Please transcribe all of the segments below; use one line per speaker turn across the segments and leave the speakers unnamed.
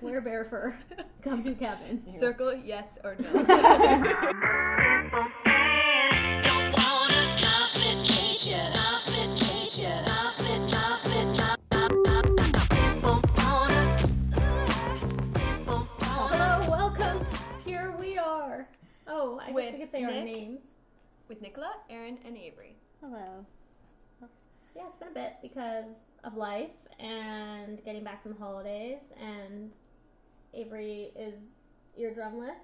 Wear bear fur. Come to Kevin.
Circle yes or no.
Don't wanna complicate ya, complicate ya, compli- compli- compli- wanna- wanna-
Hello, welcome. Here we are. Oh, I
With
guess we could say our
Nick.
names.
With Nicola, Aaron, and Avery.
Hello. So yeah, it's been a bit because of life and getting back from the holidays, and Avery is eardrumless.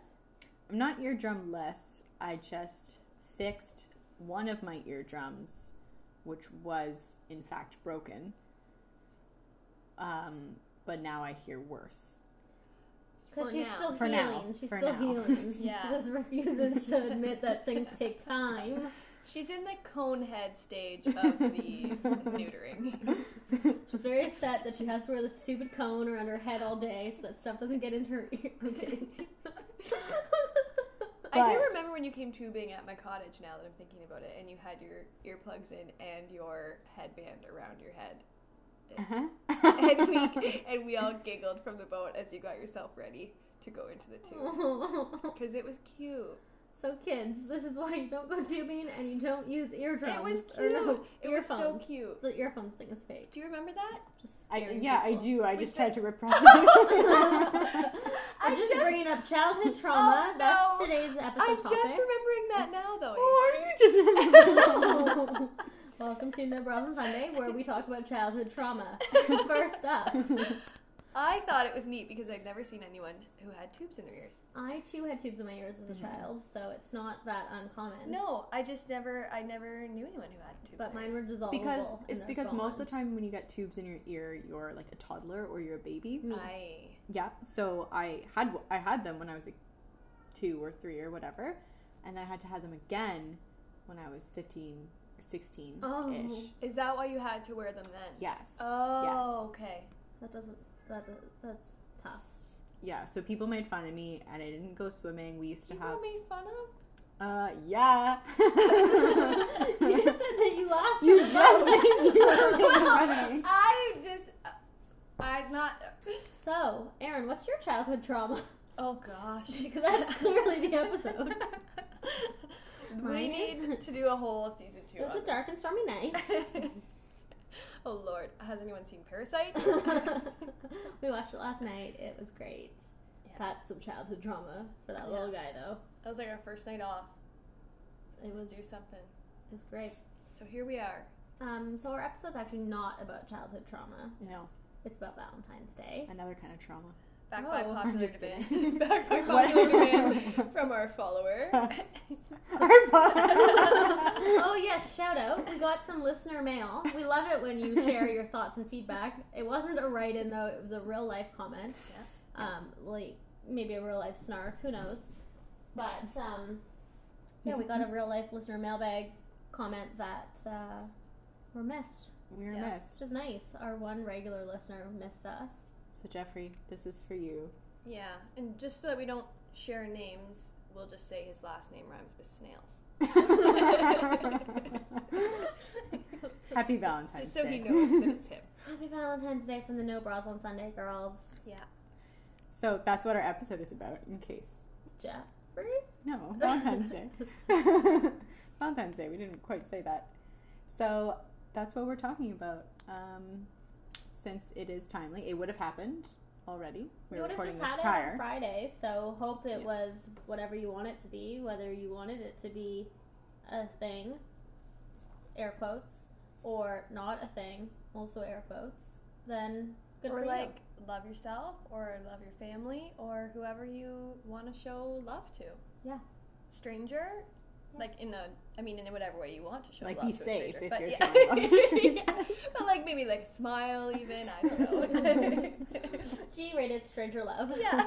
I'm not eardrum less. I just fixed one of my eardrums, which was in fact broken. Um, but now I hear worse.
Because
For
she's
now.
still
For
healing.
now.
She's
For
still
now.
healing.
Yeah.
She just refuses to admit that things take time.
She's in the conehead stage of the neutering.
She's very upset that she has to wear this stupid cone around her head all day so that stuff doesn't get into her ear. I'm kidding.
I do
But-
remember when you came tubing at my cottage now that I'm thinking about it, and you had your earplugs in and your headband around your head.
Uh-huh.
And we, and we all giggled from the boat as you got yourself ready to go into the
Oh.
tube. Because it was cute.
so kids, this is why you don't go tubing and you don't use eardrums.
It was
Or
cute.
no,
it was
earphones.
so cute.
The earphones thing is fake.
Do you remember that?
Just
I,
scaring
yeah, I
people.
do. I
We
just
said-
tried to repress it.
I'm just, bringing up childhood trauma.
Oh,
That's
no.
today's episode
I'm
topic.
just remembering that now, though.
Or you just remember.
Welcome to No Bras on Sunday, where we talk about childhood trauma. First up,
I thought it was neat because I'd never seen anyone who had tubes in their ears.
I too had tubes in my ears as
Mm-hmm.
a child, so it's not that uncommon.
No, I just never, I never knew anyone who had tubes.
but
in their
mine were
ears.
dissolvable.
it's because
and
it's
they're
because most of the
gone.
time when you get tubes in your ear, you're like a toddler or you're a baby.
Me.
I
Yeah. So I had I had them when I was like two or three or whatever, and then I had to have them again when I was fifteen or sixteen ish.
Oh.
is that why you had to wear them then?
Yes.
Oh, okay.
that doesn't that does, that's tough.
Yeah. So people made fun of me, and I didn't go swimming. We used to
You
have.
got made fun of?
Uh, yeah.
you just said that you laughed.
You
at
just
us.
made me laugh at me.
I just, I'm not.
so, Aaron, what's your childhood trauma?
Oh gosh.
Because that's clearly the episode.
we
Mine
need
is-
to do a whole season two.
It was
on
a dark and stormy night.
this. oh lord, has anyone seen Parasite?
we watched it last night. It was great.
Yeah.
That's some childhood trauma for that
Yeah.
little guy, though.
That was like our first night off.
It was
Let's do something.
it was great.
So here we are.
Um, so our episode's actually not about childhood trauma.
No,
It's about Valentine's Day.
another kind of trauma.
Back by
Oh, I'm
popular
just
demand.
kidding.
Back by
What?
popular demand from our follower.
Our pod-
oh yes, shout out. We got some listener mail. We love it when you share your thoughts and feedback. It wasn't a write-in though. It was a real life comment. Um, like maybe a real life snark. Who knows? But um, yeah, we got a real life listener mailbag comment that uh, were missed,
We're
Yeah.
missed.
which is nice. Our one regular listener missed us.
So Jeffrey, this is for you.
yeah, and just so that we don't share names, we'll just say his last name rhymes with snails.
Happy Valentine's
just so
Day.
he knows that it's him.
Happy Valentine's Day from the No Bras on Sunday girls.
Yeah.
So that's what our episode is about, in case.
Jeffrey.
No, Valentine's Day. Valentine's Day, we didn't quite say that. So that's what we're talking about. Um, since it is timely, it would have happened already.
We
We were
would have
recording
just
this
had it on
prior.
Friday, so hope it
Yeah.
was whatever you want it to be, whether you wanted it to be a thing, air quotes, or not a thing, also air quotes. Then good
or
for
like love yourself or love your family or whoever you want to show love to.
Yeah.
Stranger,
Yeah.
like in a, I mean, in whatever way you want to show
Like,
love
be
to a
safe
stranger,
if
but
you're
yeah.
showing love to a stranger.
Yeah. But like maybe like a smile, even I don't know.
you. G-rated stranger love.
yeah.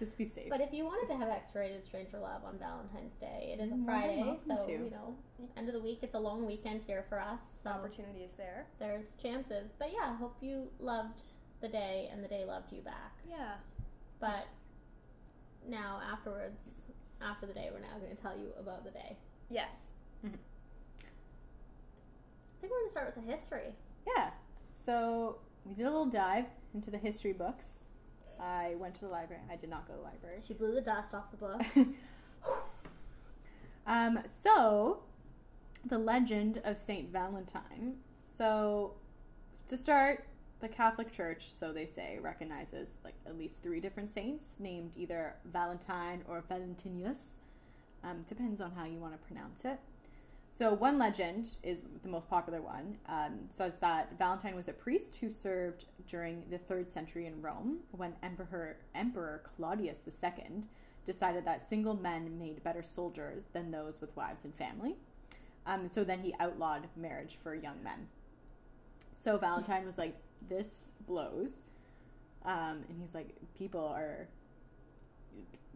Just be safe.
But if you wanted to have X-rated stranger love on Valentine's Day, it is a
You're more than
Friday,
welcome
so
to.
you know, end of the week. It's a long weekend here for us. So
Opportunity is there.
there's chances, but yeah, hope you loved the day and the day loved you back.
Yeah.
But now, afterwards, after the day, we're now going to tell you about the day.
Yes.
I think we're going to start with the history.
Yeah. So we did a little dive into the history books. I went to the library. I did not go to the library.
She blew the dust off the book.
um, so, the legend of Saint Valentine. So, to start, the Catholic Church, so they say, recognizes like at least three different saints named either Valentine or Valentinius. Um, depends on how you want to pronounce it. So, one legend is the most popular one. Um, says that Valentine was a priest who served during the third century in Rome when Emperor, Emperor Claudius II decided that single men made better soldiers than those with wives and family. Um, so, then he outlawed marriage for young men. So, Valentine was like, This blows. Um, and he's like, People are.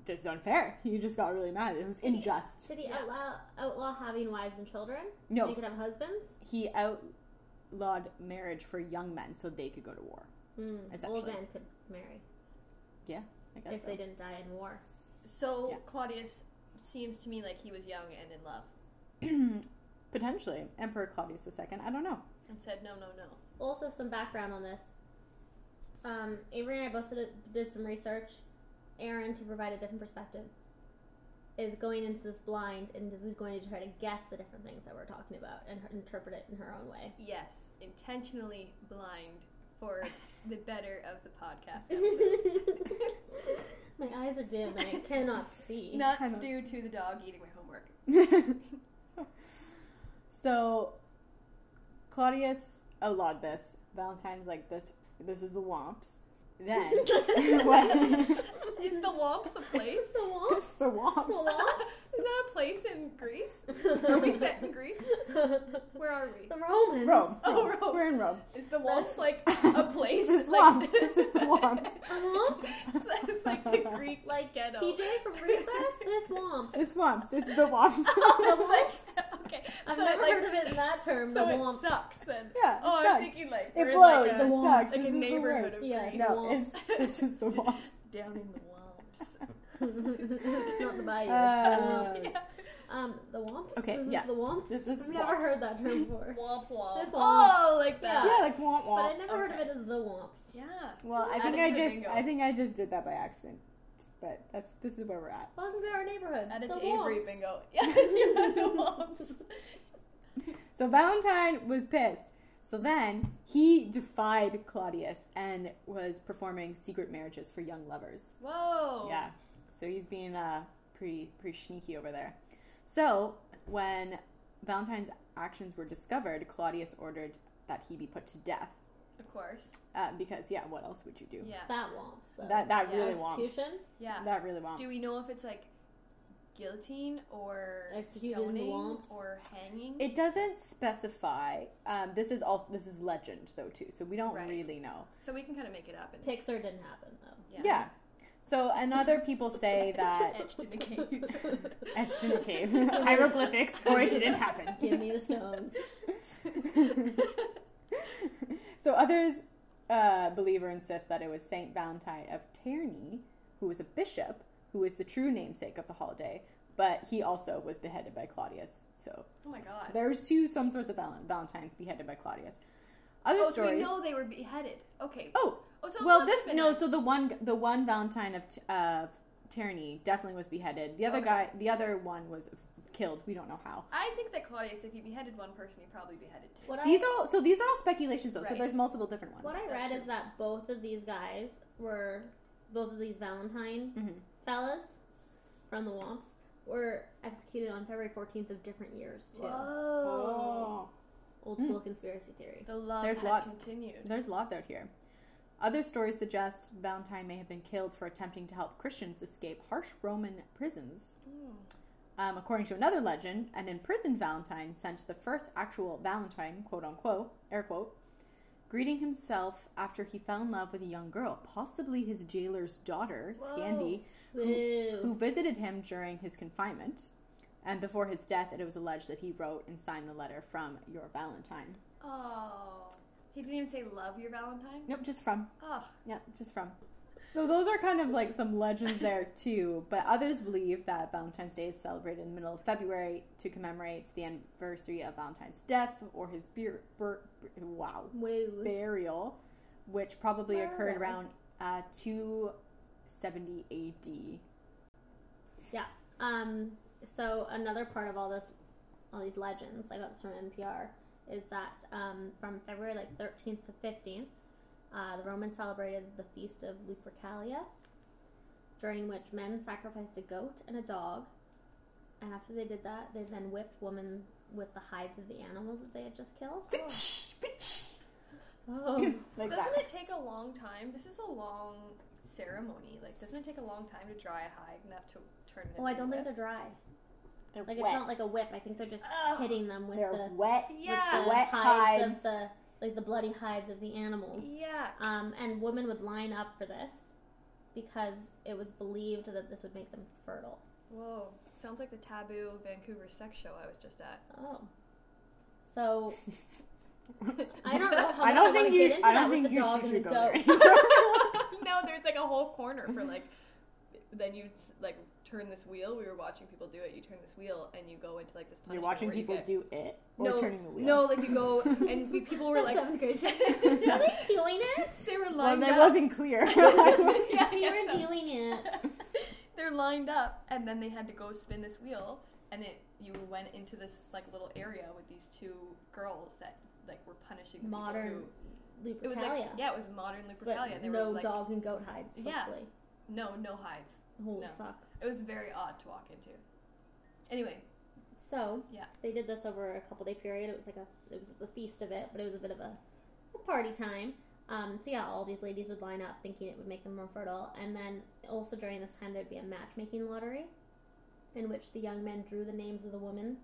This is unfair. You just got really mad. It was
Yeah.
unjust.
Did he
Yeah.
outlaw outlaw having wives and children?
No.
So you could have husbands?
he outlawed marriage for young men so they could go to war.
Mm, old
Essentially.
men could marry
I guess
if
so.
they didn't die in war.
So
Yeah.
Claudius seems to me like he was young and in love,
Potentially, Emperor Claudius II. I don't know.
and said no, no, no.
Also, some background on this. Um, Avery and I both did, did some research. Aaron, to provide a different perspective, is going into this blind and is going to try to guess the different things that we're talking about and her- interpret it in her own way.
Yes, intentionally blind for the better of the podcast. episode.
My eyes are dim and I cannot see.
Kind
Not
of.
due to the dog eating my homework.
so Claudius outlawed this. Valentine's like this. This is the womps. Then what?
Is the Womps a place?
The
It's the
The
womps.
Is that a place in Greece?
wasp?
Are we set in Greece? Where are we?
The Romans.
Rome.
Oh,
Rome.
Rome.
We're in Rome.
Is the Womps like a place?
this is
like,
womps. This is the womps.
The womps?
it's like the Greek like ghetto.
TJ from Recess? This womps.
It's womps. It's the womps.
Oh, it's like- okay.
I've
so
never
it, like,
heard of it in that term.
So
the
it
womps.
sucks then.
yeah.
Oh, I'm
it sucks.
thinking like
It
we're in,
blows.
Like
it
a,
womps.
like
sucks. This
a
is the
neighborhood
worst.
of
Yeah, the
Greece.
No,
womps.
it's, this is the womps.
Down in the Womps.
it's not the bayou.
Uh,
it's the womps. Um, the womps.
Okay,
This
yeah.
Is the womps.
This is
I've never
womps.
heard that term before.
Womp womp.
This
Oh, like
Yeah.
yeah,
that.
like womp
but I
womp.
never heard of it as the womps.
Yeah.
Well, I
Add
think
it
I
to
just
your bingo.
I think I just did that by accident. But that's this is where we're at.
Welcome to our neighborhood.
Add it
the
to Avery
womps.
bingo. Yeah, yeah, the Womps.
So Valentine was pissed. So then he defied Claudius and was performing secret marriages for young lovers.
Whoa.
Yeah. So he's being uh, pretty pretty sneaky over there. So when Valentine's actions were discovered, Claudius ordered that he be put to death.
Of course.
Uh, because yeah, what else would you do?
Yeah.
That womps. Though.
That that
Yeah.
really wants.
execution.
Yeah.
That really wants.
Do we know if it's like guillotine or
Executed in the
stoning
womps.
or hanging?
It doesn't specify. Um, this is also this is legend though too, so we don't
Right.
really know.
so we can kind of make it up and
Pixar didn't happen though.
Yeah. So and other people say that
etched in a cave.
etched in a cave, hieroglyphics, or it didn't happen.
Give me the stones.
so others uh, believe or insist that it was Saint Valentine of Terni, who was a bishop, who was the true namesake of the holiday. But he also was beheaded by Claudius. So
oh my god.
there was two some sorts of val- Valentines beheaded by Claudius. Other
oh, so
stories.
we know they were beheaded. Okay.
oh,
Oh, so it
Well,
must
this
have been
no.
a-
So the one, the one Valentine of T- uh, Tyranny definitely was beheaded. The other
Okay.
guy, the other one was killed. We don't know how.
I think that Claudius, if he beheaded one person, he probably beheaded two.
What
These
I
are all, so these are all speculations though. So
Right.
there's multiple different ones.
what I
That's
read
true.
is that both of these guys were both of these Valentine
Mhm.
fellas from the Womps were executed on February 14th of different years too.
Oh.
Old school conspiracy theory.
The love
There's
had
lots.
continued.
There's lots out here. Other stories suggest Valentine may have been killed for attempting to help Christians escape harsh Roman prisons.
Hmm.
Um, according to another legend, an imprisoned Valentine sent the first actual Valentine, quote unquote, air quote, greeting himself after he fell in love with a young girl, possibly his jailer's daughter, Scandi, who
Woo.
visited him during his confinement. And before his death, it was alleged that he wrote and signed the letter from your Valentine.
Oh. He didn't even say love your Valentine.
Nope, just from.
Ugh.
Yep, just from. So those are kind of like some legends there too, but others believe that Valentine's Day is celebrated in the middle of February to commemorate the anniversary of Valentine's death or his beer, bur- wow
Woo.
burial, which probably occurred
Burial.
around uh, 270 AD.
Um, so another part of all this, all these legends, I got this from NPR, is that um, from February like 13th to 15th, uh, the Romans celebrated the feast of Lupercalia, during which men sacrificed a goat and a dog, and after they did that, they then whipped women with the hides of the animals that they had just killed. Oh,
like
doesn't
that.
it take a long time? This is a long ceremony. Like, doesn't it take a long time to dry a hide enough to turn it?
oh I
into
don't
a
think
whip?
they're dry.
They're
Like
wet. Oh.
it's not like a whip. I think they're just
Ugh.
hitting them with
They're
the
wet.
Yeah.
with the
Wet
hides,
hides.
of the like the bloody hides of the animals.
Yeah.
Um, and women would line up for this because it was believed that this would make them fertile.
Whoa. Sounds like the taboo Vancouver sex show I was just at.
Oh. So I don't know how much
I don't
I
think
wanna
you.
get into
I
that
don't
with
think
the
you
dog
should
and the
go
goat.
there.
no, there's like a whole corner for like. Then you like turn this wheel. We were watching people do it. You turn this wheel and you go into like this. punishment
You're watching
where you
people
get-
do it or
no,
turning the wheel.
No, like you go and we, people were like,
seventh grade. shit. Are they doing it?
they were
well,
lined
that
up.
wasn't clear.
yeah, I
We
guess
were
so.
doing it.
They're lined up, and then they had to go spin this wheel, and it you went into this like little area with these two girls that like were punishing the people
Modern
who- It was like
Lupercalia.
yeah, it was modern
But
Lupercalia. and They
no
were like
dog and goat hides. Hopefully.
Yeah. no no hides.
Holy
No.
fuck.
It was very odd to walk into. Anyway,
So
Yeah.
they did this over a couple day period. It was like a it was the feast of it, but it was a bit of a, a party time. Um, so yeah, all these ladies would line up thinking it would make them more fertile, and then also during this time there'd be a matchmaking lottery, in which the young men drew the names of the women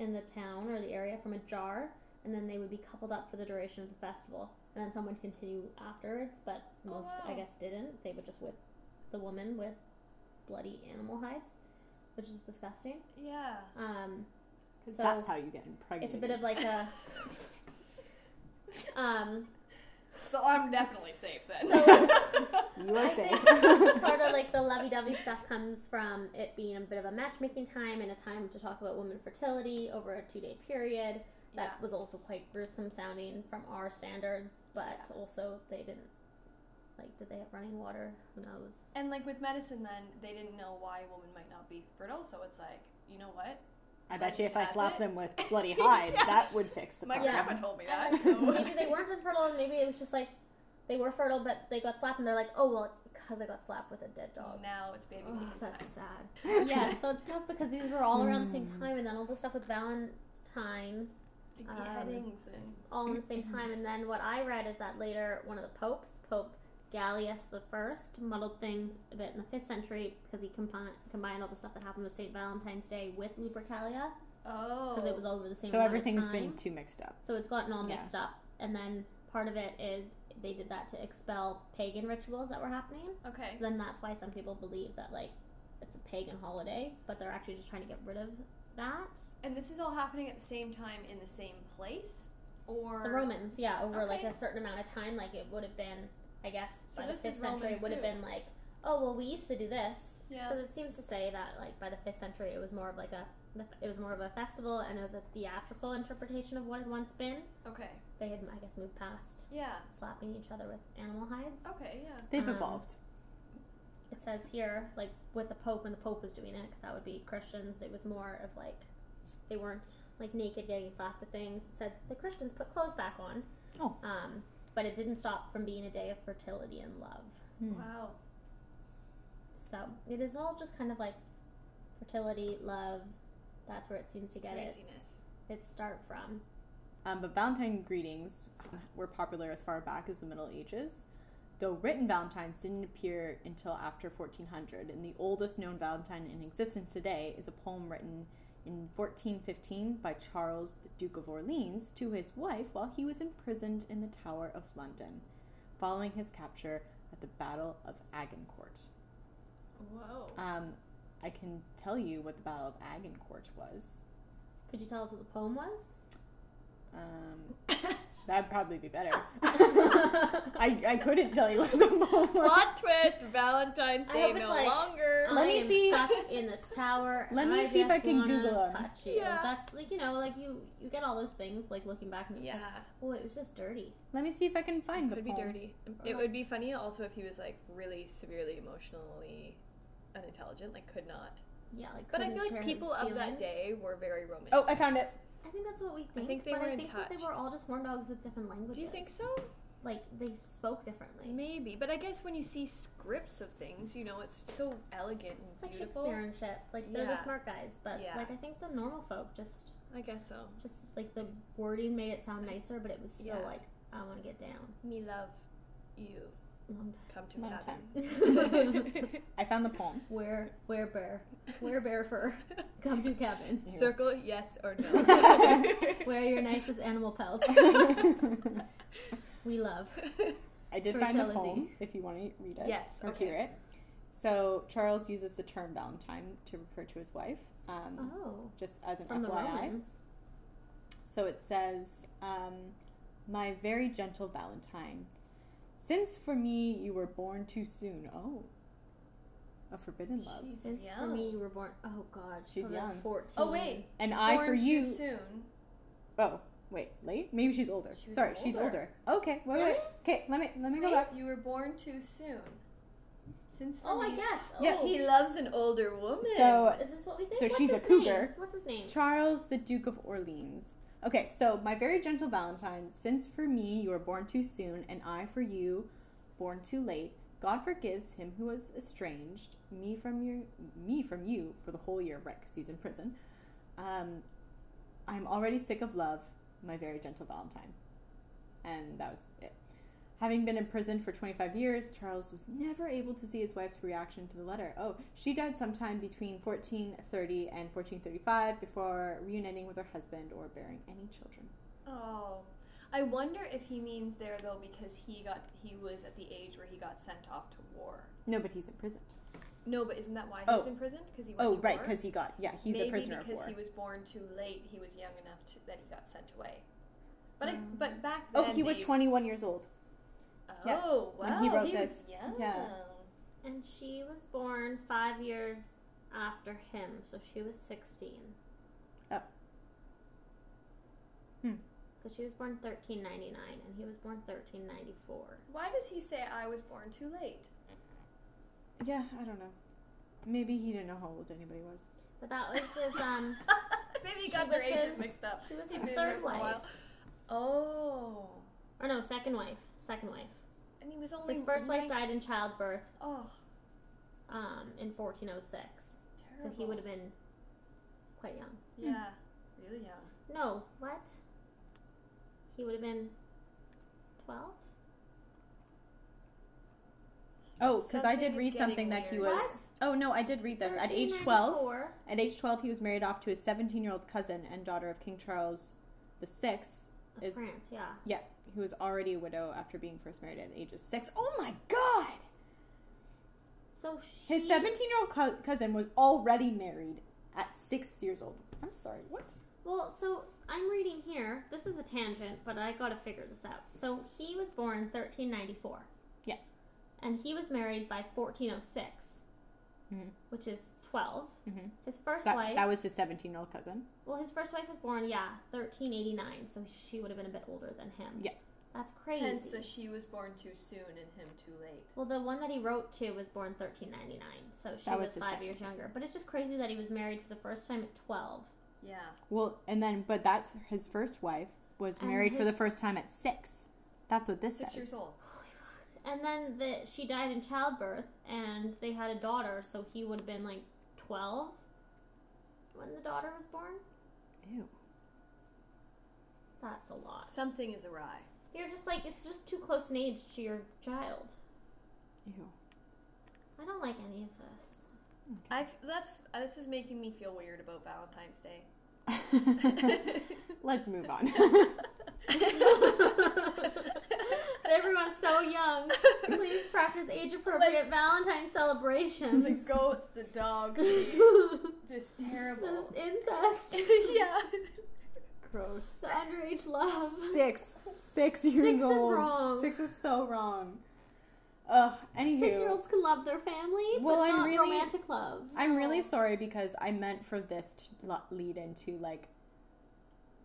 in the town or the area from a jar, and then they would be coupled up for the duration of the festival, and then some would continue afterwards, but
Oh,
most I
wow.
guess didn't. They would just whip the woman with bloody animal hides, which is disgusting.
yeah.
Um, So-
That's how you get impregnated.
it's a bit of like a um
So I'm definitely safe then.
So-
you are
I
safe.
think part of like the lovey dovey stuff comes from it being a bit of a matchmaking time and a time to talk about women fertility over a two day period. That
Yeah.
was also quite gruesome sounding from our standards, but also they didn't like did they have running water? Who knows?
And like with medicine, then they didn't know why a woman might not be fertile. So it's like, you know what?
I bet you if I
That's
slap
it.
them with bloody hide,
Yeah.
that would fix the
My
problem.
grandma told me
And,
that.
like,
So
maybe they weren't infertile and maybe it was just like they were fertile but they got slapped and they're like, Oh well it's because I got slapped with a dead dog.
Now it's baby
Oh,
meat time.
that's sad. yeah, so it's tough because these were all around the same
Hmm.
time, and then all the stuff with Valentine, Um,
Beheadings and
all in the same time. And then what I read is that later one of the popes, Pope Gallius the First, muddled things a bit in the fifth century because he combined combined all the stuff that happened with Saint Valentine's Day with Lupercalia
oh,
because it was all over the same.
So
amount of
everything's
time.
been too mixed up.
So it's gotten all
Yeah.
mixed up, and then part of it is they did that to expel pagan rituals that were happening.
okay.
then that's why some people believe that like it's a pagan holiday, but they're actually just trying to get rid of that.
And this is all happening at the same time in the same place, or
The Romans, yeah, over like
Okay.
a certain amount of time, like it would have been, I guess,
So
by the
this
fifth
is
century,
Romans
it would have
too.
been like, oh well, we used to do this,
Yeah.
because it seems to say that like by the fifth century, it was more of like a, it was more of a festival and it was a theatrical interpretation of what had once been.
Okay.
They had, I guess, moved past
Yeah.
slapping each other with animal hides.
Okay. Yeah.
They've
Um,
evolved.
it says here, like with the Pope, when the Pope was doing it, because that would be Christians. It was more of like they weren't like naked getting slapped for things. It said the Christians put clothes back on.
Oh.
Um, but it didn't stop from being a day of fertility and love.
Hmm.
Wow.
So it is all just kind of like fertility, love. That's where it seems to get
Craziness.
its, its start from.
Um, but Valentine greetings were popular as far back as the Middle Ages, though written Valentines didn't appear until after 1400, and the oldest known Valentine in existence today is a poem written in 1415 by Charles, the Duke of Orleans, to his wife while he was imprisoned in the Tower of London, following his capture at the Battle of Agincourt.
Whoa.
Um, I can tell you what the Battle of Agincourt was.
Could you tell us what the poem was?
Um, That'd probably be better. I, I couldn't tell you at the moment.
Plot twist: Valentine's
I
Day
hope it's
no
like- um,
longer.
Let me
I'm
see-
Stuck in this tower.
Let
and
me see if
just
I can
wanna
Google 'em.
Touch you.
Yeah.
That's like you know, like you you get all those things like looking back and it's
yeah,
like, oh, it was just dirty.
Let me see if I can find the
could be
poem.
dirty. It would be funny also if he was like really severely emotionally unintelligent, like could not.
Yeah, like.
But I
couldn't
feel
share
like
his
people of
feelings.
that day were very romantic.
Oh, I found it.
I think that's what we think.
think they
but
were
I
in
think that They
touch.
were all just horn dogs with different languages.
Do you think so?
Like they spoke differently.
Maybe, but I guess when you see scripts of things, you know it's so elegant
It's
and
like
beautiful.
Shakespeare and shit. Like they're the
Yeah.
smart guys, but
Yeah.
like I think the normal folk just
I guess so.
just like the wording made it sound nicer, but it was still
Yeah.
like I want to get down.
Me love you.
Long
Come to
Long
time.
cabin.
I found the poem.
wear wear bear, wear bear fur. Come to cabin.
Here.
Circle yes or no.
Wear your nicest animal pelt. We love.
I did
For
find the
Shelley D.
poem if you want to read it
Yes,
or
okay.
hear it. So Charles uses the term Valentine to refer to his wife, um,
Uh-huh.
Oh,
just as an
from the
FYI.
Romans.
So it says, um, My very gentle Valentine, since for me you were born too soon. Oh, a forbidden love.
Jeez.
Since for
Young.
me you were born. Oh God,
She's
from
young.
Fourteen.
Oh, wait.
And I
Born
for you.
Too soon.
Oh, wait, late? Maybe she's older.
She was
Sorry, she's older.
older.
Okay, wait, wait.
Really?
Okay, let me let me go
Right?
back.
You were born too soon. Since for
Oh, I
me-
guess.
Yeah.
Oh,
He loves an older woman.
So
is this what we think?
So
What's
she's a
his name?
cougar.
What's his name?
Charles, the Duke of Orleans. Okay, so my very gentle Valentine, since for me you were born too soon, and I for you, born too late, God forgives him who was estranged me from your me from you for the whole year, right? Because he's in prison. Um, I'm already sick of love, my very gentle Valentine, and that was it. Having been in prison for 25 years, Charles was never able to see his wife's reaction to the letter. Oh, she died sometime between 1430 and 1435 before reuniting with her husband or bearing any children.
Oh. I wonder if he means there though because he got he was at the age where he got sent off to war.
No, but he's imprisoned.
No, but isn't that why
Oh.
he's imprisoned? Because he went
Oh,
to
right,
war?
because he got, yeah, he's
Maybe
a prisoner of
because
war.
he was born too late. He was young enough to, that he got sent away. But I,
Mm.
Um,
but back
oh,
then
he was
they-
21 years old. yeah,
Oh, wow.
when he wrote
was
this.
young.
Yeah.
And she was born five years after him, so she was 16.
Oh. Hmm.
Because she was born 1399 and he was born 1394.
Why does he say I was born too late?
Yeah, I don't know. Maybe he didn't know how old anybody was.
But that was his, um,
Maybe he
She
got their
was
ages
his-
mixed up.
she was
He's
his
been there
third
for a
wife.
while. Oh.
Or no, second wife. Second wife.
And he was only
His first wife
nine-
died in childbirth
Oh,
um, in 1406. So
terrible.
he would have been quite young.
Yeah, really young.
No, what? He would have been 12?
Oh, because I
Something
did
is
read
getting
something that he
weird.
was. Oh, no, I did read this. At age 12,
1394.
At age 12, he was married off to his 17 year old cousin and daughter of King Charles VI,
Of
Is-
France, yeah.
who was already a widow after being first married at the age of six. Oh my god!
So she,
His 17 year old co- cousin was already married at six years old. I'm sorry, what?
Well, so I'm reading here. This is a tangent, but I gotta figure this out. So he was born 1394.
Yeah.
And he was married by 1406,
Mhm.
which is 12.
Mhm.
His first
That,
wife.
that was his 17 year old cousin.
well, his first wife was born, yeah, 1389. So she would have been a bit older than him.
Yeah.
That's crazy.
Hence the she was born too soon and him too late.
well, the one that he wrote to was born 1399, so she
That was
was,
his
five
second
years
cousin.
younger. But it's just crazy that he was married for the first time at 12.
Yeah.
Well, and then, but that's his first wife was
And
married for
his-
the first time at six. That's what this
Six
says.
years old.
And then the, she died in childbirth, and they had a daughter, so he would have been like 12 when the daughter was born.
Ew.
That's a lot.
Something is awry.
You're just like, it's just too close in age to your child.
Ew.
I don't like any of this.
I f- that's uh, this is making me feel weird about Valentine's Day.
Let's move on.
But everyone's so young. Please practice age appropriate Valentine celebrations.
the goats, the dogs,
this
just terrible.
incest.
yeah.
gross.
The underage love.
Six. Six years
is
old.
wrong.
Six is so wrong. Ugh, anywho.
Six year olds can love their family,
Well,
but
I'm
not
really-
romantic love.
I'm
Oh.
really sorry because I meant for this to lo- lead into like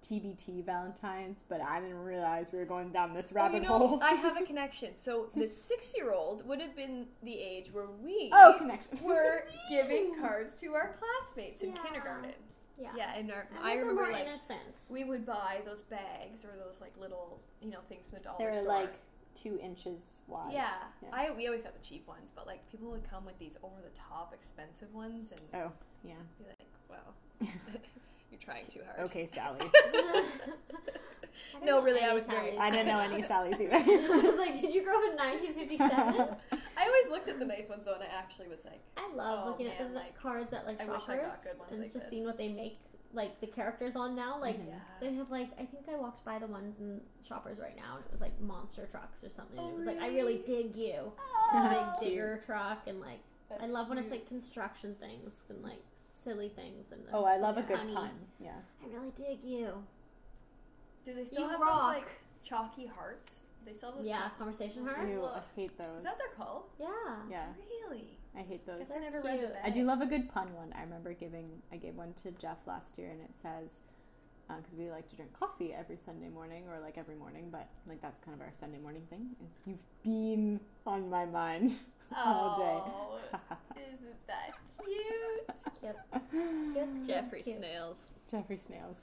TBT Valentine's, but I didn't realize we were going down this
Oh, you
rabbit
know,
hole.
I have a connection. So the six-year-old would have been the age where we
oh, connection.
were giving cards to our classmates in
Yeah.
kindergarten.
Yeah.
Yeah, and our,
And
I
those are
remember
more
like
innocent.
we would buy those bags or those like little you know things from the dollar
they were
store.
like two inches wide.
yeah,
Yeah.
I we always got the cheap ones, but like people would come with these over the top expensive ones and
Oh, yeah.
be like, well, you're trying too hard.
Okay, Sally.
I don't
No,
know
really, I
any
was very-
Sallys.
I didn't know any Sallys
I was
either.
like, did you grow up in 1957?
I always looked at the nice ones though, and I actually was like,
I love
Oh,
looking at
man,
the
like,
cards at like
I
shoppers
wish I got good ones
and
like
just
this.
seeing what they make, like the characters on now. Like
Mm-hmm.
yeah.
they have like I think I walked by the ones in shoppers right now, and it was like monster trucks or something. and
Oh,
it was like I really dig you, And a
Oh, Cute.
big digger truck, and like I
That's
love when it's
cute.
like construction things and like silly things. And
oh, I love a good
Honey.
pun. Yeah.
I really dig you.
Do they still
You
have
rock.
those like chalky hearts? Do they sell those?
Yeah,
chalky-
conversation
I
heart.
Ew, I
love-
hate those.
Is that what they're called?
Yeah.
yeah,
Really?
I hate those.
Guess I never read the
cute.
bag.
I do love a good pun one. I remember giving I gave one to Jeff last year, and it says because we like to drink coffee every Sunday morning, or like every morning, but like that's kind of our Sunday morning thing. It's, you've been on my mind all day.
Oh, Isn't that cute?
Cute. Cute.
Jeffrey
Cute.
Snails.
Jeffrey Snails.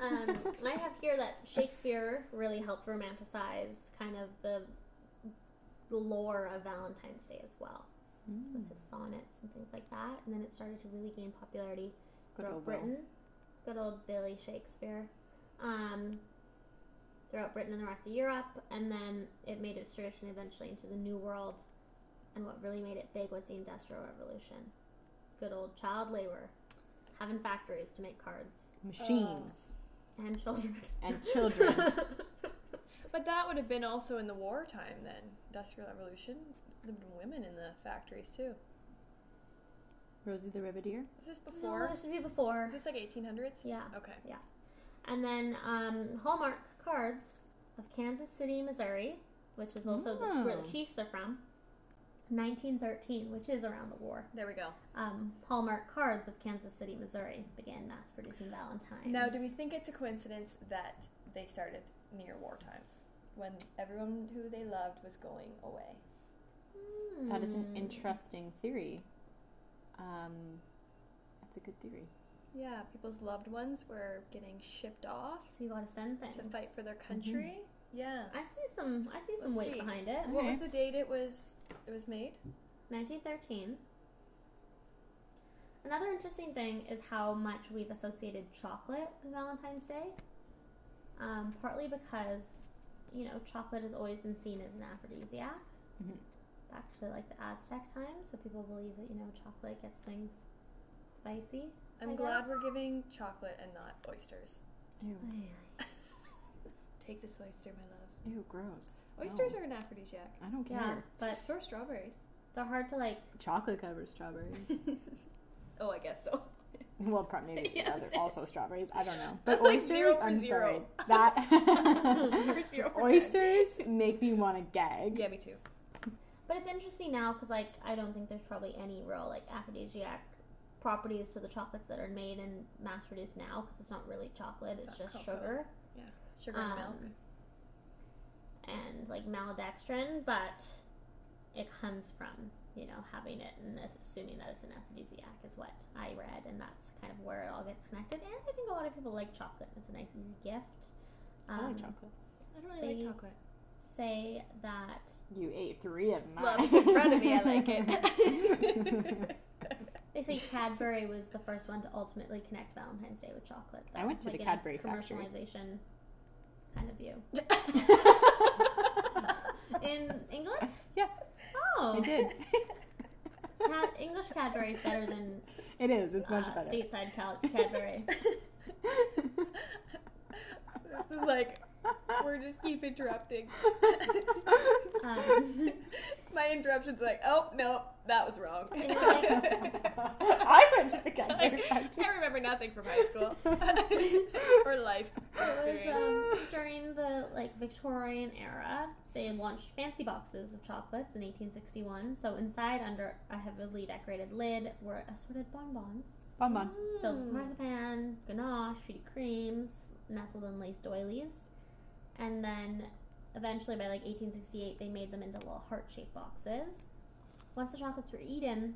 Um, and I have here that Shakespeare really helped romanticize kind of the the lore of Valentine's Day as well,
Mm,
with his sonnets and things like that. And then it started to really gain popularity
good
throughout
old Will.
Britain. Good old Billy Shakespeare. Um, throughout Britain and the rest of Europe, and then it made its tradition eventually into the New World. And what really made it big was the Industrial Revolution. Good old child labor, having factories to make cards,
Machines
and children.
and children.
But that would have been also in the wartime then. Industrial Revolution. There would have been women in the factories too.
Rosie the Riveteer.
Was this before?
no, this should be before.
Is this like 1800s?
Yeah.
Okay.
And then um, Hallmark cards of Kansas City, Missouri, which is also the, where
Oh.
the Chiefs are from. 1913, which is around the war.
There we go.
Um, Hallmark cards of Kansas City, Missouri began mass producing Valentine's.
Now, do we think it's a coincidence that they started near war times when everyone who they loved was going away?
That is an
Hmm.
interesting theory. Um, that's a good theory.
Yeah, people's loved ones were getting shipped off
So you want to send things
to fight for their country. Yeah.
I see some. I see some
Let's
weight
see.
behind it.
What was
Okay.
the date it was it was made?
1913. Another interesting thing is how much we've associated chocolate with Valentine's Day. Um, partly because, you know, chocolate has always been seen as an aphrodisiac.
Mhm.
Back to like the Aztec times, so people believe that, you know, chocolate gets things spicy.
I'm
I
glad
guess.
we're giving chocolate and not oysters.
Ew,
Take this oyster, my
ew gross.
love. Oysters
No,
are an aphrodisiac.
I don't care.
Yeah, but
So are strawberries.
they're hard to like.
Chocolate covered strawberries.
oh, I guess so.
Well, probably maybe
Yeah,
other,
that's it.
also strawberries. I don't know. But
Like
oysters,
zero for
I'm sorry.
zero.
That
Or zero for ten.
oysters make me want to gag.
Yeah, me too.
But it's interesting now because like I don't think there's probably any real like aphrodisiac properties to the chocolates that are made and mass produced now because it's not really chocolate;
It's
it's,
not
just
cocoa.
sugar
Sugar and milk.
Um, and like maltodextrin. But it comes from you know having it and assuming that it's an aphrodisiac is what I read, and that's kind of where it all gets connected. And I think a lot of people like chocolate; it's a nice easy gift. Um,
I like chocolate.
I don't really
they-
like chocolate.
Say that
You ate three of mine.
Well, if it's in front of me, I like it.
They say Cadbury was the first one to ultimately connect Valentine's Day with chocolate.
I went to the
in a
Cadbury factory.
commercialization kind of view. In England?
Yeah.
Oh.
I did.
Ca- English Cadbury is better than
It is. It's much
Ah,
uh,
better.
stateside Cal- Cadbury.
this is like we're just keep interrupting.
Um,
My interruption's like, oh no, that was wrong.
And you're like-
I went to the Geiger
I
factory.
can't remember nothing from high school or life.
It was
experience.
um, during the like Victorian era. They launched fancy boxes of chocolates in 1861. So inside, under a heavily decorated lid, were assorted bonbons
Bon bon.
filled
Hmm.
with marzipan, ganache, fruity creams, nestled in lace doilies, and then eventually by like 1868, they made them into little heart-shaped boxes. Once the chocolates were eaten,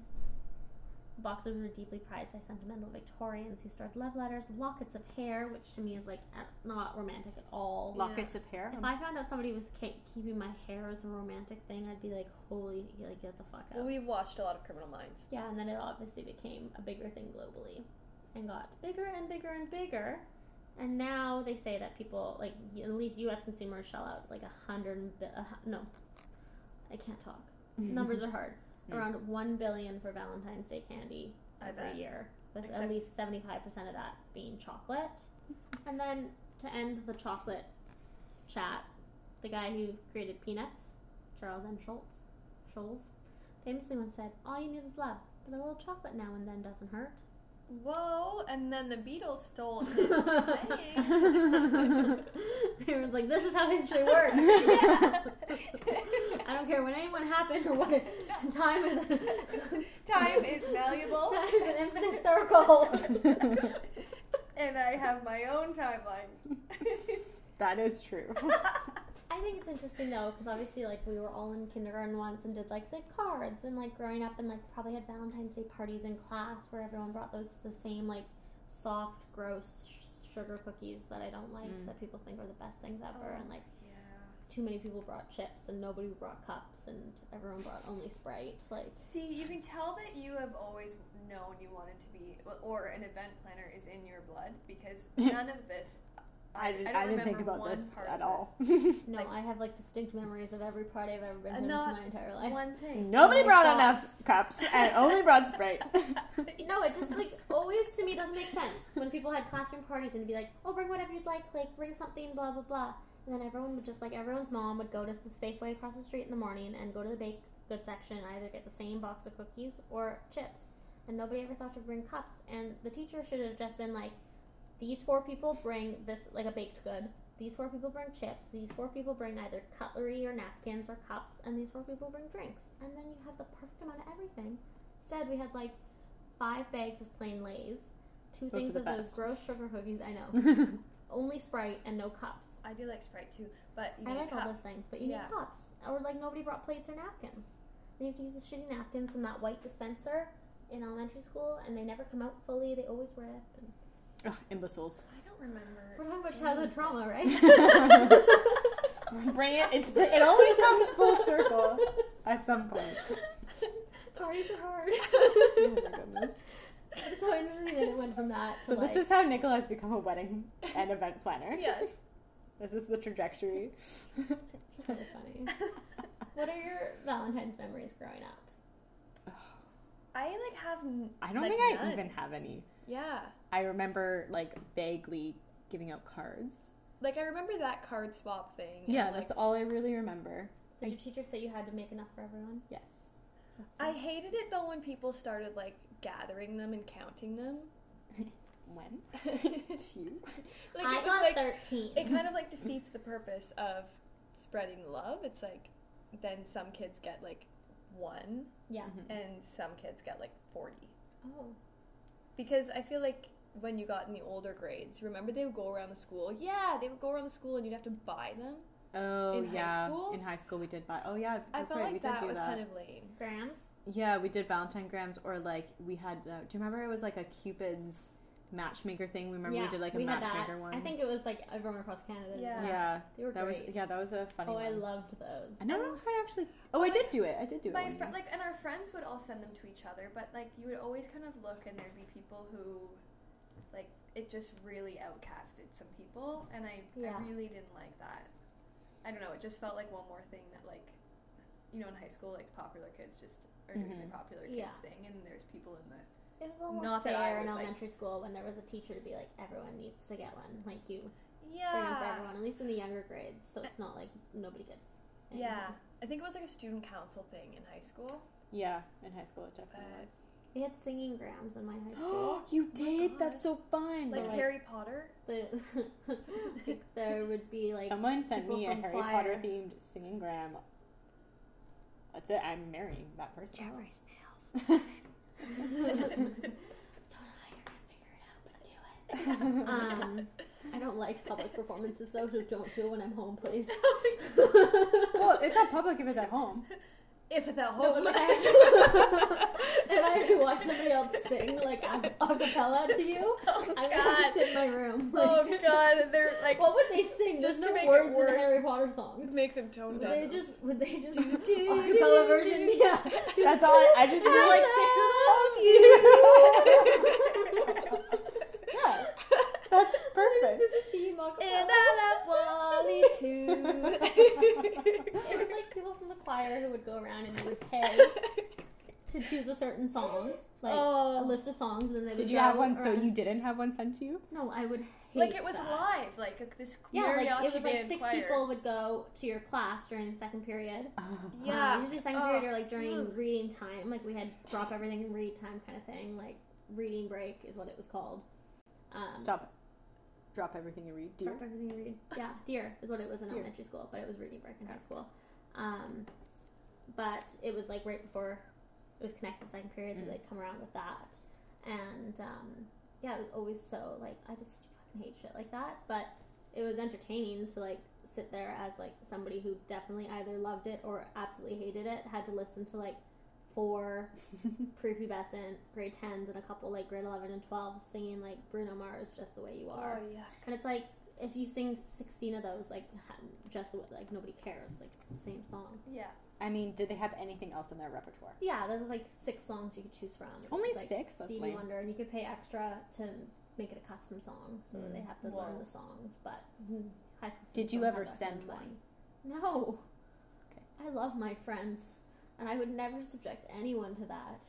the boxes were deeply prized by sentimental Victorians who stored love letters, lockets of hair, which to me is like uh, not romantic at all.
Lockets of hair.
If I found out somebody was ke- keeping my hair as a romantic thing, I'd be like, holy, like get the fuck out.
Well, we've watched a lot of Criminal Minds.
Yeah, and then it obviously became a bigger thing globally and got bigger and bigger and bigger. And now they say that people, like, y- at least US consumers shell out like a hundred, and bi- a hu- no, I can't talk. Numbers are hard.
Mm.
Around one billion for Valentine's Day candy
I
every
bet.
year, with
Except-
at least 75% of that being chocolate. and then to end the chocolate chat, the guy who created Peanuts, Charles M. Schultz, Scholes, famously once said, All you need is love, but a little chocolate now and then doesn't hurt.
Whoa! And then the Beatles stole his saying.
Everyone's like, This is how history works. I don't care when anyone happened or what it- time is.
Time is malleable.
Time is an infinite circle.
and I have my own timeline.
that is true.
I think it's interesting though, because obviously, like we were all in kindergarten once and did like the cards, and like growing up and like probably had Valentine's Day parties in class where everyone brought those the same like soft, gross sh- sugar cookies that I don't like
Mm.
that people think are the best things ever,
Oh.
and like
yeah.
too many people brought chips and nobody brought cups and everyone brought only Sprite. Like
See, you can tell that you have always known you wanted to be, or an event planner is in your blood because none of this.
I, did,
I don't
I, didn't think
remember
about
one
this
part
at
of
all.
no,
Like-
I have like distinct memories of every party I've ever been
Uh,
to in
not
my entire life.
One thing.
Nobody
my
brought
God.
enough cups and only brought Sprite.
No, it just like always to me doesn't make sense when people had classroom parties and it'd be like, oh, bring whatever you'd like, like bring something, blah blah blah, and then everyone would just like everyone's mom would go to the Safeway across the street in the morning and go to the baked goods section and either get the same box of cookies or chips, and nobody ever thought to bring cups, and the teacher should have just been like, these four people bring this like a baked good. These four people bring chips. These four people bring either cutlery or napkins or cups, and these four people bring drinks. And then you have the perfect amount of everything. Instead, we had like five bags of plain Lay's, two
Those are
things
the
of those
best.
gross sugar cookies. I know, only Sprite and no cups.
I do like Sprite too, but you
I
need
like all
cup.
those things, but you
Yeah.
need cups. Or like nobody brought plates or napkins. They have to use the shitty napkins from that white dispenser in elementary school, and they never come out fully. They always rip. And
Ugh, imbeciles.
I don't remember.
We're talking about childhood trauma, right?
Bring it. It's, it always comes full circle at some point.
Parties are hard.
Oh my goodness.
It's so interesting that it went from that to
So
like,
this is how Nicola has become a wedding and event planner.
Yes.
This is the trajectory.
it's really funny. What are your Valentine's memories growing up?
I like have. n-
I don't
like,
think I
none.
even have any.
Yeah.
I remember like vaguely giving out cards.
Like I remember that card swap thing. and,
Yeah,
like,
that's all I really remember.
Did your teacher say you had to make enough for everyone?
Yes.
I hated it though when people started like gathering them and counting them.
When?
like
Two.
I
it was
got
like
13.
it kind of like defeats the purpose of spreading love. It's like then some kids get like one
yeah.
and some kids get like 40.
Oh.
Because I feel like when you got in the older grades, remember they would go around the school? Yeah, they would go around the school and you'd have to buy them.
Oh
In high
yeah.
school?
In high school we did buy oh yeah,
I
that's
felt
right,
like
we did
that
do
was
that.
kind of lame.
Grams?
Yeah, we did Valentine grams or like we had uh, do you remember it was like a Cupid's matchmaker thing? We remember we did like a
had that.
matchmaker one.
I think it was like everyone across Canada. did
Yeah.
that.
yeah.
They were
That was
great.
yeah, that was a funny
Oh, I
one.
loved those.
I don't know if I actually Oh I did do it. I did do it.
My
one
fr-
year.
like and our friends would all send them to each other, but like you would always kind of look and there'd be people who like it just really outcasted some people and I,
Yeah.
I really didn't like that. I don't know, it just felt like one more thing that like you know in high school like popular kids just are doing the
Mhm.
popular kids
Mm-hmm. Yeah.
thing and there's people in the
It was a little
Not that I
fair in
was, like-
elementary school when there was a teacher to be like, everyone needs to get one. Like you bring for
Yeah.
everyone, at least in the younger grades. So it's not like nobody gets And
Yeah. I think it was like a student council thing in high school.
Yeah, in high school it definitely
But-
was.
We had singing grams in my high school.
Oh, you did? That's so
gosh.
fun.
Like
like-
Harry Potter.
the, there would be like
Someone sent
people
me a
from
Harry
choir.
Potter themed singing gram. That's it. I'm marrying that person.
Jeffrey Snails. Um, I don't like public performances though, so don't do it when I'm home, please.
Oh
well, it's not public if it's at home.
if it's at
No,
home.
but like, I have to- if I have to watch somebody else sing like a, a cappella to you,
oh,
I'm gonna
God.
sit in my room.
Oh
Like,
god, they're like
what would they sing?
Just
There's no
to make it
words in
worse.
Harry Potter songs.
make them tone
Would
down.
they just would they just
Do, do, do,
a cappella
do,
version?
do.
Yeah,
That's all. I, I just
There's like six of them.
Yeah, that's perfect.
This is theme a
And
cappella.
I love Wally too.
It was like people from the choir who would go around and they would pay to choose a certain song, like
oh,
a list of songs, and then they would
Did you have
go
one? So
around.
you didn't have one sent to you?
No, I would hate
like it was
that.
live, like a, this
Yeah,
mariachi
like it was like
band
six
choir.
people would go to your class during the second period.
Yeah. Oh.
Um, usually second
Ugh.
period or like during
Ugh.
reading time. Like we had drop everything and read time kind of thing. Like reading break is what it was called. Um,
Stop. it. Drop everything you read, dear.
Drop everything and read. Yeah, deer is what it was in
Dear.
elementary school, but it was reading break in high
Okay.
school. Um, but it was like right before it was connected second period, so
Mm.
they'd come around with that. And um, yeah, it was always so like I just fucking hate shit like that. But it was entertaining to like sit there as like somebody who definitely either loved it or absolutely hated it had to listen to like four prepubescent grade tens and a couple like grade 11 and 12 singing like bruno mars just the way you
Oh
are
yeah.
and it's like if you sing sixteen of those, like ha- just the way, like nobody cares, like it's the same song.
Yeah.
I mean, did they have anything else in their repertoire?
Yeah, there was like six songs you could choose from. It
Only
was, like,
six. That's
Stevie
lame.
Wonder, and you could pay extra to make it a custom song, so that
Mm.
they have to
Whoa.
learn the songs. But
Hmm.
high school.
Did
students
you
don't
ever
have that kind of
send
money.
one?
No.
Okay.
I love my friends, and I would never subject anyone to that.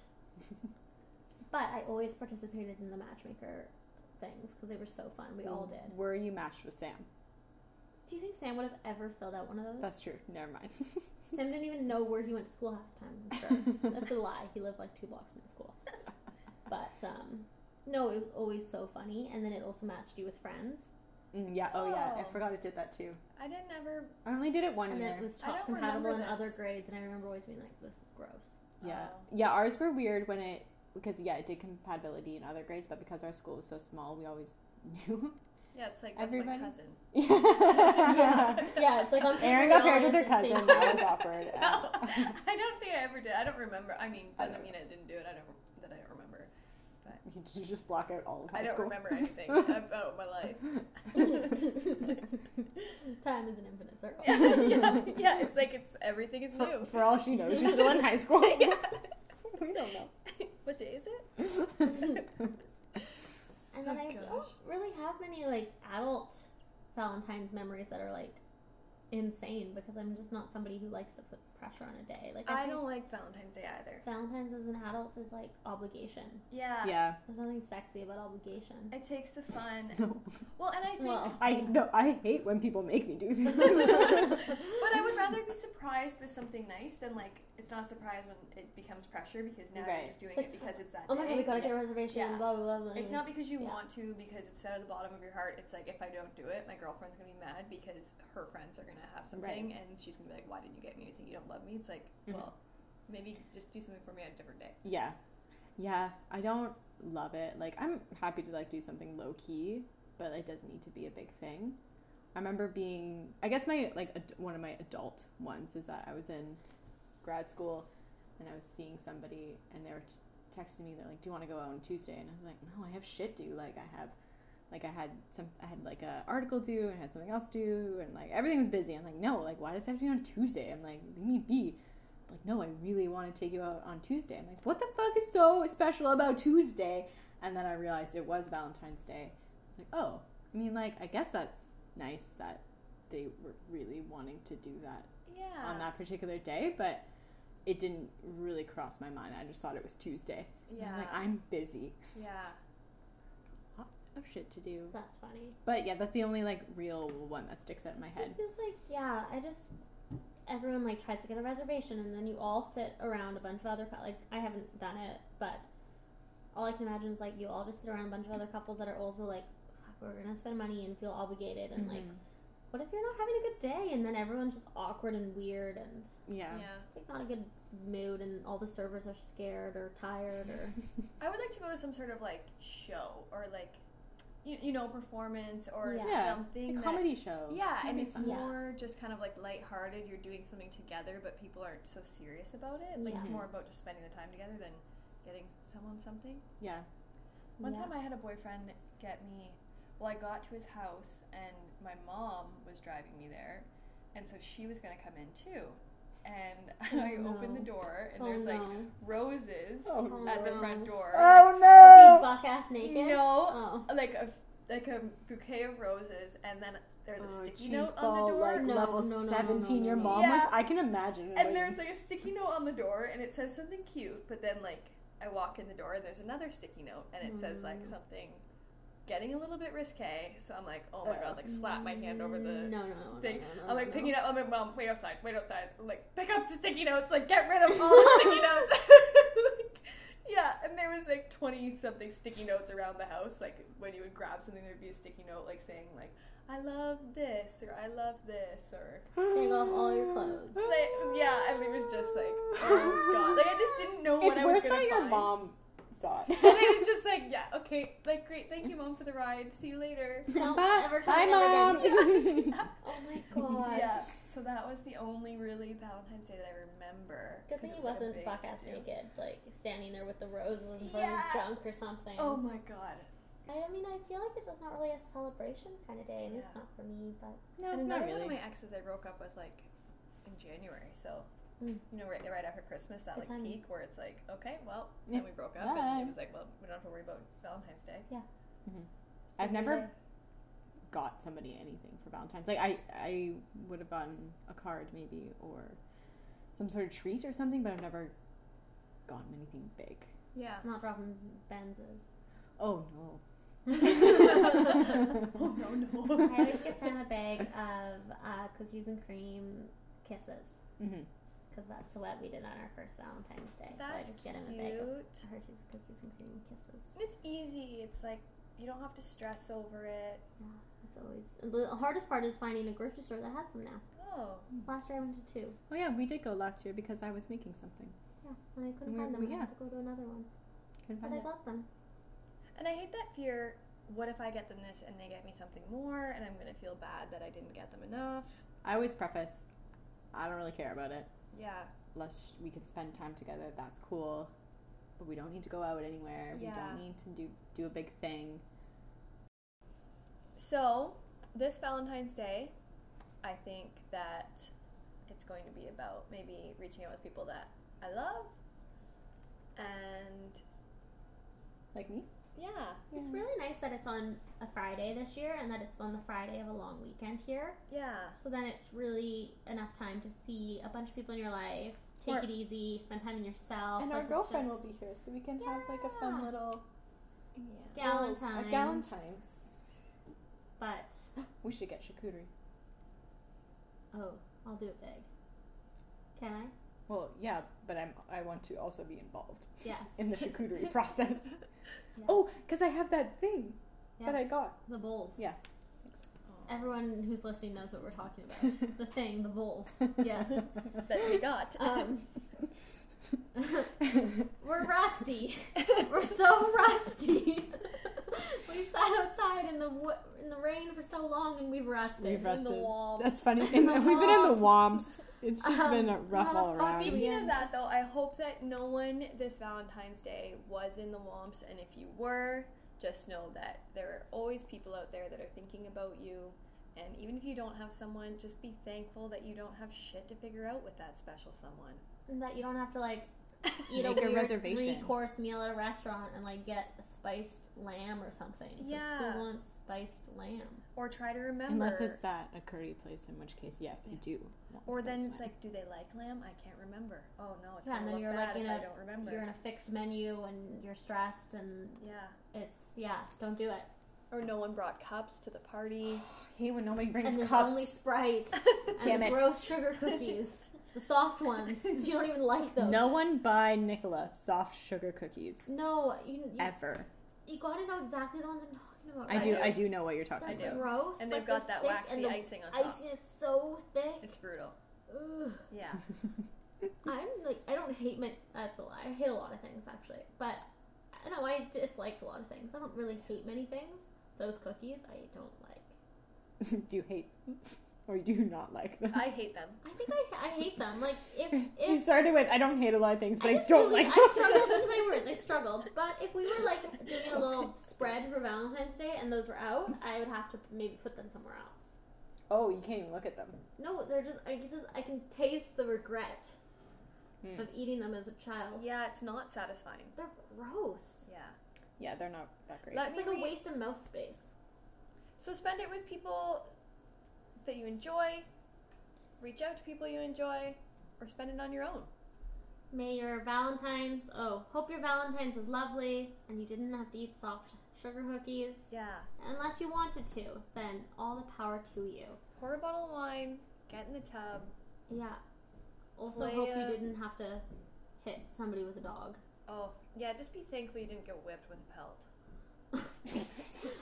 but I always participated in the matchmaker things because they were so fun. We
Mm.
all did.
Were you matched with Sam?
Do you think Sam would have ever filled out one of those?
That's true. Never mind.
Sam didn't even know where he went to school half the time. I'm sure that's a lie. He lived like two blocks from the school. But um, no, it was always so funny, and then it also matched you with friends,
Mm, yeah. Oh, yeah. I
Oh.
forgot it did that too.
I didn't ever.
I only did it one
and
year.
then it was
I
top
don't
compatible in
remember
other
this.
grades. And I remember always being like, "This is gross."
Yeah.
Oh.
Yeah, ours were weird when it because yeah, it did compatibility in other grades, but because our school was so small, we always knew.
Yeah, it's like that's
Everybody-
my cousin.
yeah, yeah. It's like on paper we
Erin got
all
paired with her
looked the same.
cousin. That was awkward.
No,
Uh,
I don't think I ever did. I don't remember. I mean,
I
doesn't
don't
mean I didn't do it. I don't that I don't remember.
Did you just block out all of high
I don't
school?
remember anything about my life.
Time is an infinite circle.
yeah, yeah, it's like it's everything is
For,
new.
for all she knows, she's still in high school. we don't know.
what day is it?
And then
Oh,
I
gosh.
don't really have many like adult Valentine's memories that are like insane because I'm just not somebody who likes to put pressure on a day. Like I,
I
think
don't like Valentine's Day either.
Valentine's as an adult is like obligation.
Yeah.
Yeah.
There's nothing sexy about obligation.
It takes the fun.
No.
Well, and I think
Well,
I no. I hate when people make me do things.
But I would rather be surprised with something nice than like it's not surprised when it becomes pressure because now
Right.
you're just doing
It's
it
like,
because it's that.
oh my
day.
god, we gotta get a reservation.
Yeah.
Blah blah blah. blah.
It's not because you
Yeah.
want to, because it's out of the bottom of your heart. It's like if I don't do it, my girlfriend's gonna be mad because her friends are gonna have something, and she's gonna be like, "Why didn't you get me anything? You don't love me." It's like,
Mhm.
well, maybe just do something for me on a different day.
Yeah. Yeah, I don't love it. Like I'm happy to like do something low key, but it doesn't need to be a big thing. I remember being I guess my like ad- one of my adult ones is that I was in grad school and I was seeing somebody and they were t- texting me they're like, "Do you want to go out on Tuesday?" And I was like, "No, I have shit due. Like I have like I had some I had like a article due and I had something else due and like everything was busy. I'm like, "No, like why does it have to be on Tuesday?" I'm like, "Leave me be." like, no, I really want to take you out on Tuesday. I'm like, what the fuck is so special about Tuesday? And then I realized it was Valentine's Day. I was like, oh, I mean, like, I guess that's nice that they were really wanting to do that
Yeah.
on that particular day, but it didn't really cross my mind. I just thought it was Tuesday. And
Yeah.
I'm like, I'm busy.
yeah.
I have shit to do.
That's funny.
But yeah, that's the only like real one that sticks out in my
It
head.
just feels like yeah. I just everyone like tries to get a reservation and then you all sit around a bunch of other cou- like I haven't done it, but all I can imagine is like you all just sit around a bunch of other couples that are also like Fuck, we're gonna spend money and feel obligated and like
Mm-hmm.
Mm-hmm.
what if you're not having a good day and then everyone's just awkward and weird and
yeah.
Yeah.
it's like not a good mood and all the servers are scared or tired or
I would like to go to some sort of like show or like, you, you know, performance or
Yeah.
Yeah,
something.
a
that-
comedy show.
Yeah, and
Maybe
it's
fun. Yeah.
more just kind of like lighthearted. You're doing something together, but people aren't so serious about it. Like
Yeah.
it's more about just spending the time together than getting someone something.
Yeah.
One
Yeah.
time I had a boyfriend get me. Well, I got to his house and my mom was driving me there, and so she was going to come in too. And I
Oh,
opened the
no.
door and
oh
there's
no.
like roses
Oh,
at the
no.
front door.
Was he
no.
buck ass naked?
No,
Oh.
like a like a bouquet of roses, and then there's a
Oh,
sticky
cheese
note on
ball,
the door.
Like
No,
level
no, no, no,
seventeen,
no,
your
no,
mom
no.
was.
Yeah.
I can imagine. it, like-
And there's like a sticky note on the door, and it says something cute, but then like I walk in the door, and there's another sticky note, and it says like
Mm.
something getting a little bit risque. So I'm like, oh my
Uh-oh.
god, like slap my hand over
Mm, no,
the
no, no,
thing.
No, no, no,
I'm like
no.
picking it up. I'm like, mom, wait outside, wait outside. I'm like, pick up the sticky notes, like get rid of all the sticky notes. Like, Yeah, and there was like twenty something sticky notes around the house. Like when you would grab something, there'd be a sticky note like saying like I love this or I love this or
Take off all your clothes.
like, yeah, I mean, it was just like, oh god, like I just didn't know what
It's
I was
worse
gonna
that your
find.
mom saw it.
And I was just like, yeah, okay, like great, thank you, mom, for the ride. See you later.
Don't
Bye-
ever come
bye,
in
mom.
again. Oh my god.
Yeah. So that was the only really Valentine's Day that I remember.
Good
'cause
thing
it
he
was, like, a
wasn't
big
buck ass
to-do.
naked, like standing there with the roses in front of
Yeah.
his junk or something.
Oh my god.
I mean, I feel like it's just not really a celebration kind of day, and it's
Yeah.
not for me, but.
no,
and
not
another one of
really.
my exes I broke up with like in January, so
Mm.
you know, right right after Christmas, that
Good
like
timing.
peak where it's like, okay, well,
Yeah.
then we broke up,
Bye.
and it was like, well, we don't have to worry about Valentine's Day.
I've
Every
never
day.
got somebody anything for Valentine's. Like I, I would have gotten a card maybe or some sort of treat or something, but I've never gotten anything big.
Yeah.
I'm not dropping Benz's.
Oh no.
oh no
I
no.
always get Sam a bag of uh, cookies and cream kisses,
hmm
because that's what we did on our first Valentine's Day. so I
That's
just
cute.
get him a bag of Hershey's cookies and cream kisses.
It's easy. It's like you don't have to stress over it.
It's always the hardest part is finding a grocery store that has them now.
Oh,
Hmm.
Last year I went to two.
Oh yeah, we did go last year because I was making something.
Yeah, and I couldn't
Where-
find them. I
yeah.
had to go to another one,
Couldn't
but
find
I
it.
got them.
and I hate that fear. What if I get them this and they get me something more, and I'm gonna feel bad that I didn't get them enough?
I always preface, I don't really care about it.
Yeah,
Let's we can spend time together. That's cool, but we don't need to go out anywhere. We
Yeah.
don't need to do do a big thing.
So, this Valentine's Day, I think that it's going to be about maybe reaching out with people that I love. And
Like me.
yeah,
It's really nice that it's on a Friday this year, and that it's on the Friday of a long weekend here.
yeah,
So then it's really enough time to see a bunch of people in your life, take
Or-
it easy, spend time in yourself.
And
like,
our
it's
girlfriend
just
will be here, so we can have like a fun
Yeah.
little
yeah.
Galentine's.
A Galentine's.
But
We should get charcuterie.
oh, I'll do it big. Can I?
Well, yeah, but I'm I want to also be involved
Yes.
in the charcuterie process.
Yes.
Oh, because I have that thing that I
yes.
got.
the bowls.
Yeah.
Everyone who's listening knows what we're talking about. the thing, the bowls. Yes.
That we got.
Um, we're rusty. We're so rusty. we sat outside in the w- in the rain for so long, and we've rusted.
We've
in the
Rusted.
wall.
That's funny. In the- we've been in the womps. It's just
Um,
been rough
not
all
a
around.
fucking-
Speaking
Yeah.
of that, though, I hope that no one this Valentine's Day was in the Womps, and if you were, just know that there are always people out there that are thinking about you. And even if you don't have someone, just be thankful that you don't have shit to figure out with that special someone.
And that you don't have to like eat
Make a
a, weird
reservation.
three-course meal at a restaurant and like get a spiced lamb or something. 'Cause
Yeah.
Who wants spiced lamb?
Or try to remember.
Unless it's at a curry place, in which case, yes, I do. want
or
spice
then it's
lamb.
like, do they like lamb? I can't remember. Oh no, it's
Yeah, and
gonna
then
look
you're, like,
bad
in
if I
a-
don't remember.
You're in a fixed menu and you're stressed and
yeah.
it's yeah, don't do it.
or no one brought cups to the party.
Hey, when nobody brings
and there's
cups.
only Sprite
Damn
and the
it.
gross sugar cookies, the soft ones. You don't even like those.
No one buy Nicola soft sugar cookies
No, you you,
ever.
you gotta know exactly the ones I'm talking about.
I do.
do.
I do know what you're talking
They're
I do.
about.
gross.
And
like
they've got
they're
that
thick,
waxy
and the
icing on top.
Icing is so thick.
It's brutal.
Ugh.
Yeah.
I'm like I don't hate mint. That's a lie. I hate a lot of things actually, but I don't know I disliked a lot of things. I don't really hate many things. Those cookies I don't like.
do you hate or do you not like them?
I hate them.
I think I, I hate them. Like if if
she started with I don't hate a lot of things, but I,
just
don't
really-
like
I
them.
struggled with my words. I struggled. But if we were like doing a little spread for Valentine's Day and those were out, I would have to maybe put them somewhere else.
Oh, you can't even look at them.
No, they're just I can just I can taste the regret
Hmm.
of eating them as a child.
Yeah, it's not satisfying.
They're gross.
Yeah.
Yeah, they're not that great.
Let
It's
me
like a
read-
waste of mouth space.
So spend it with people that you enjoy. Reach out to people you enjoy, or spend it on your own.
May your Valentine's oh, hope your Valentine's was lovely and you didn't have to eat soft sugar cookies.
Yeah.
Unless you wanted to, then all the power to you.
Pour a bottle of wine. Get in the tub.
Yeah. Also
Play,
hope you
uh,
didn't have to hit somebody with a dog.
Oh, yeah. Just be thankful you didn't get whipped with a pelt.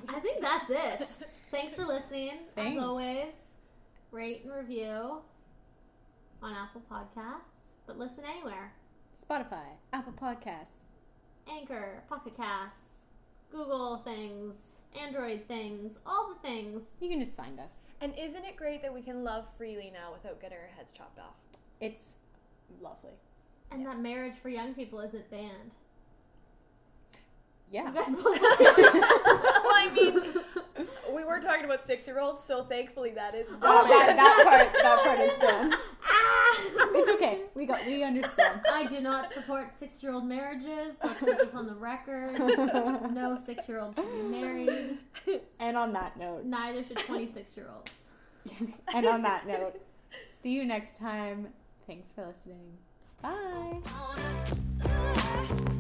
I think that's it. Thanks for listening.
Thanks.
As always, rate and review on Apple Podcasts, but listen anywhere.
Spotify, Apple Podcasts.
Anchor, Pocket Casts, Google things, Android things, all the things.
You can just find us.
And isn't it great that we can love freely now without getting our heads chopped off?
It's lovely.
And that marriage for young people isn't banned.
Yeah.
You guys both
I mean, we were talking about six-year-olds, so thankfully that is.
Oh,
done.
that, that part. That part is gone.
ah!
It's okay. We got. We understand.
I do not support six year old marriages. Let's put this on the record. No six year old should be married.
and on that note,
Neither should 26 year olds.
and on that note, see you next time. Thanks for listening. Bye.
Wanna-